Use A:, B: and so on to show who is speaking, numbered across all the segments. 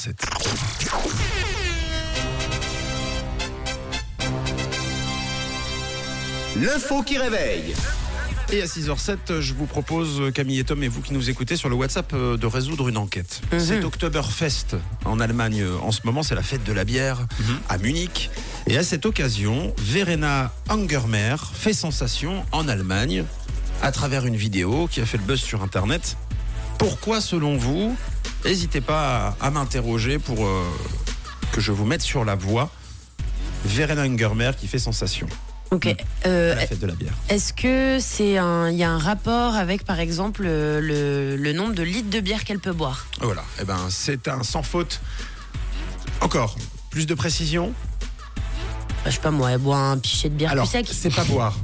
A: 7.
B: L'info qui réveille.
A: Et à 6h07, je vous propose, Camille et Tom, et vous qui nous écoutez sur le WhatsApp, euh, de résoudre une enquête. C'est Oktoberfest en Allemagne euh, en ce moment, c'est la fête de la bière à Munich. Et à cette occasion, Verena Angermer fait sensation en Allemagne à travers une vidéo qui a fait le buzz sur Internet. Pourquoi, selon vous, n'hésitez pas à, à m'interroger pour euh, que je vous mette sur la voie, Verena Angermer qui fait sensation
C: Ok.
A: à
C: Euh,
A: la fête de la bière.
C: Est-ce que c'est un, il y a un rapport avec, par exemple, euh, le, le nombre de litres de bière qu'elle peut boire
A: Voilà, eh ben, c'est un sans faute. Encore, plus de précision
C: Bah, Je sais pas moi, elle boit un pichet de bière
A: Alors,
C: plus sec.
A: c'est pas boire.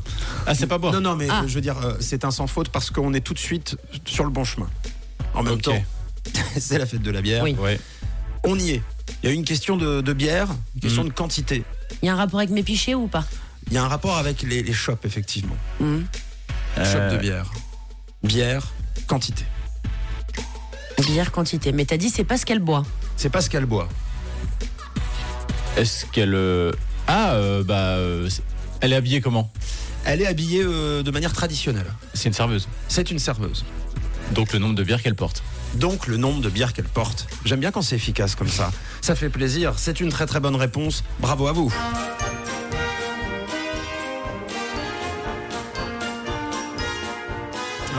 D: Ah, c'est pas bon.
A: Non, non, mais
C: Ah.
A: euh, je veux dire, euh, c'est un sans faute parce qu'on est tout de suite sur le bon chemin. En même
D: Ok.
A: temps, c'est la fête de la bière.
C: Oui.
D: Ouais.
A: On y est. Il y a une question de, de bière, une
D: Mhm.
A: question de quantité.
C: Il y a un rapport avec mes pichets ou pas
A: Il y a un rapport avec les, les shops, effectivement. Euh,
C: Mhm.
D: Euh,
A: Shop de bière. Bière, quantité.
C: Bière quantité. Mais t'as dit c'est pas ce qu'elle boit.
A: C'est pas ce qu'elle boit.
D: Est-ce qu'elle. euh, Ah, euh, bah. euh, c'est- Elle est habillée comment
A: Elle est habillée euh, de manière traditionnelle.
D: C'est une serveuse.
A: C'est une serveuse.
D: Donc le nombre de bières qu'elle porte.
A: Donc le nombre de bières qu'elle porte. J'aime bien quand c'est efficace comme ça. Ça fait plaisir. C'est une très très bonne réponse. Bravo à vous.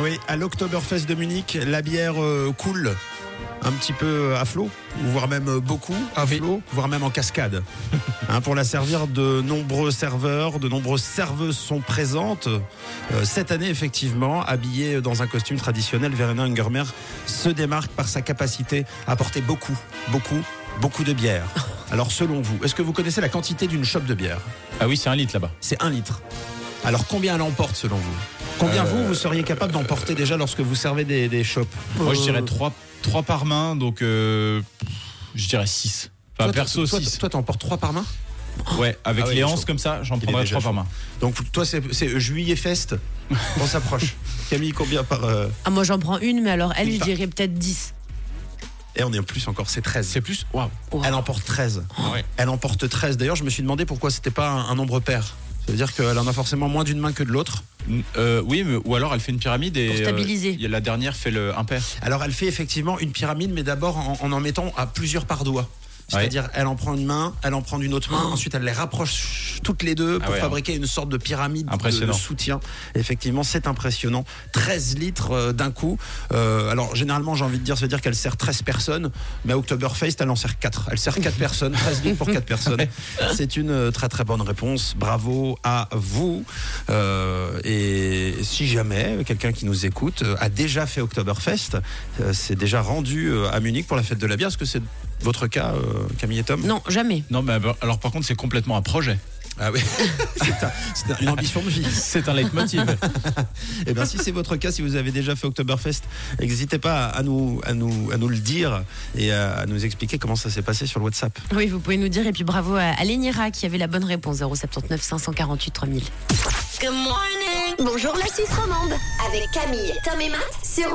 A: Oui, à l'Oktoberfest de Munich, la bière euh, coule un petit peu à flot, ou voire même euh, beaucoup à flot, voire même en cascade. Hein, pour la servir, de nombreux serveurs, de nombreuses serveuses sont présentes. Euh, cette année, effectivement, habillée dans un costume traditionnel, Verena Ungermer se démarque par sa capacité à porter beaucoup, beaucoup, beaucoup de bière. Alors, selon vous, est-ce que vous connaissez la quantité d'une chope de bière
D: Ah oui, c'est un litre là-bas.
A: C'est un litre. Alors, combien elle emporte, selon vous Combien
D: Euh,
A: vous, vous seriez capable d'emporter déjà lorsque vous servez des, des chopes
D: Moi, je dirais 3, par main, donc. euh, Je dirais 6. Enfin,
A: Toi,
D: perso,
A: toi,
D: 6.
A: toi, t'emportes 3 par main
D: Ouais, avec
A: Ah ouais, il est
D: les
A: chaud.
D: hanches comme ça, j'en prendrais
A: déjà
D: 3 par main.
A: Donc toi, c'est c'est juillet fest. On s'approche. Camille, combien par euh,
C: Ah moi j'en prends une, mais alors elle,
A: Une
C: je
A: par-
C: dirais peut-être 10.
A: Et on est en plus encore, c'est 13.
D: C'est plus. Waouh.
C: Wow.
A: Elle emporte 13.
D: Ah Ouais.
A: Elle emporte 13. D'ailleurs, je me suis demandé pourquoi c'était pas un, un nombre pair. Ça veut dire qu'elle en a forcément moins d'une main que de l'autre.
D: N- euh, oui, mais- ou alors elle fait une pyramide et.
C: Pour
D: euh,
C: stabiliser.
D: il y a la dernière fait le impair.
A: Alors elle fait effectivement une pyramide, mais d'abord en en, en mettant à plusieurs par doigt. C'est-à-dire, elle en prend une main, elle en prend une autre main, ensuite elle les rapproche toutes les deux pour
D: Oh. Ah ouais, hein.
A: fabriquer une sorte de pyramide de, de
D: Impressionnant.
A: soutien. Effectivement, c'est impressionnant. 13 litres euh, d'un coup. Euh, alors, généralement, j'ai envie de dire, ça veut dire qu'elle sert 13 personnes, mais à Oktoberfest, elle en sert 4. Elle sert 4 personnes, 13 litres pour 4 personnes. C'est une euh, très très bonne réponse. Bravo à vous. Euh, et si jamais quelqu'un qui nous écoute euh, a déjà fait Oktoberfest, euh, s'est déjà rendu euh, à Munich pour la fête de la bière, est-ce que c'est votre cas, euh, Camille et Tom
C: Non, jamais.
D: Non, mais alors- alors par contre, c'est complètement un projet.
A: Ah oui, c'est un- c'est un- une ambition de vie.
D: C'est un leitmotiv.
A: Eh bien, si c'est votre cas, si vous avez déjà fait Oktoberfest, n'hésitez pas à nous, à, nous, à nous le dire et à, à nous expliquer comment ça s'est passé sur le WhatsApp.
C: Oui, vous pouvez nous dire. Et puis bravo à, à Lenira qui avait la bonne réponse 079 548 3000.
E: Bonjour la Suisse romande avec Camille, Tom et Matt sur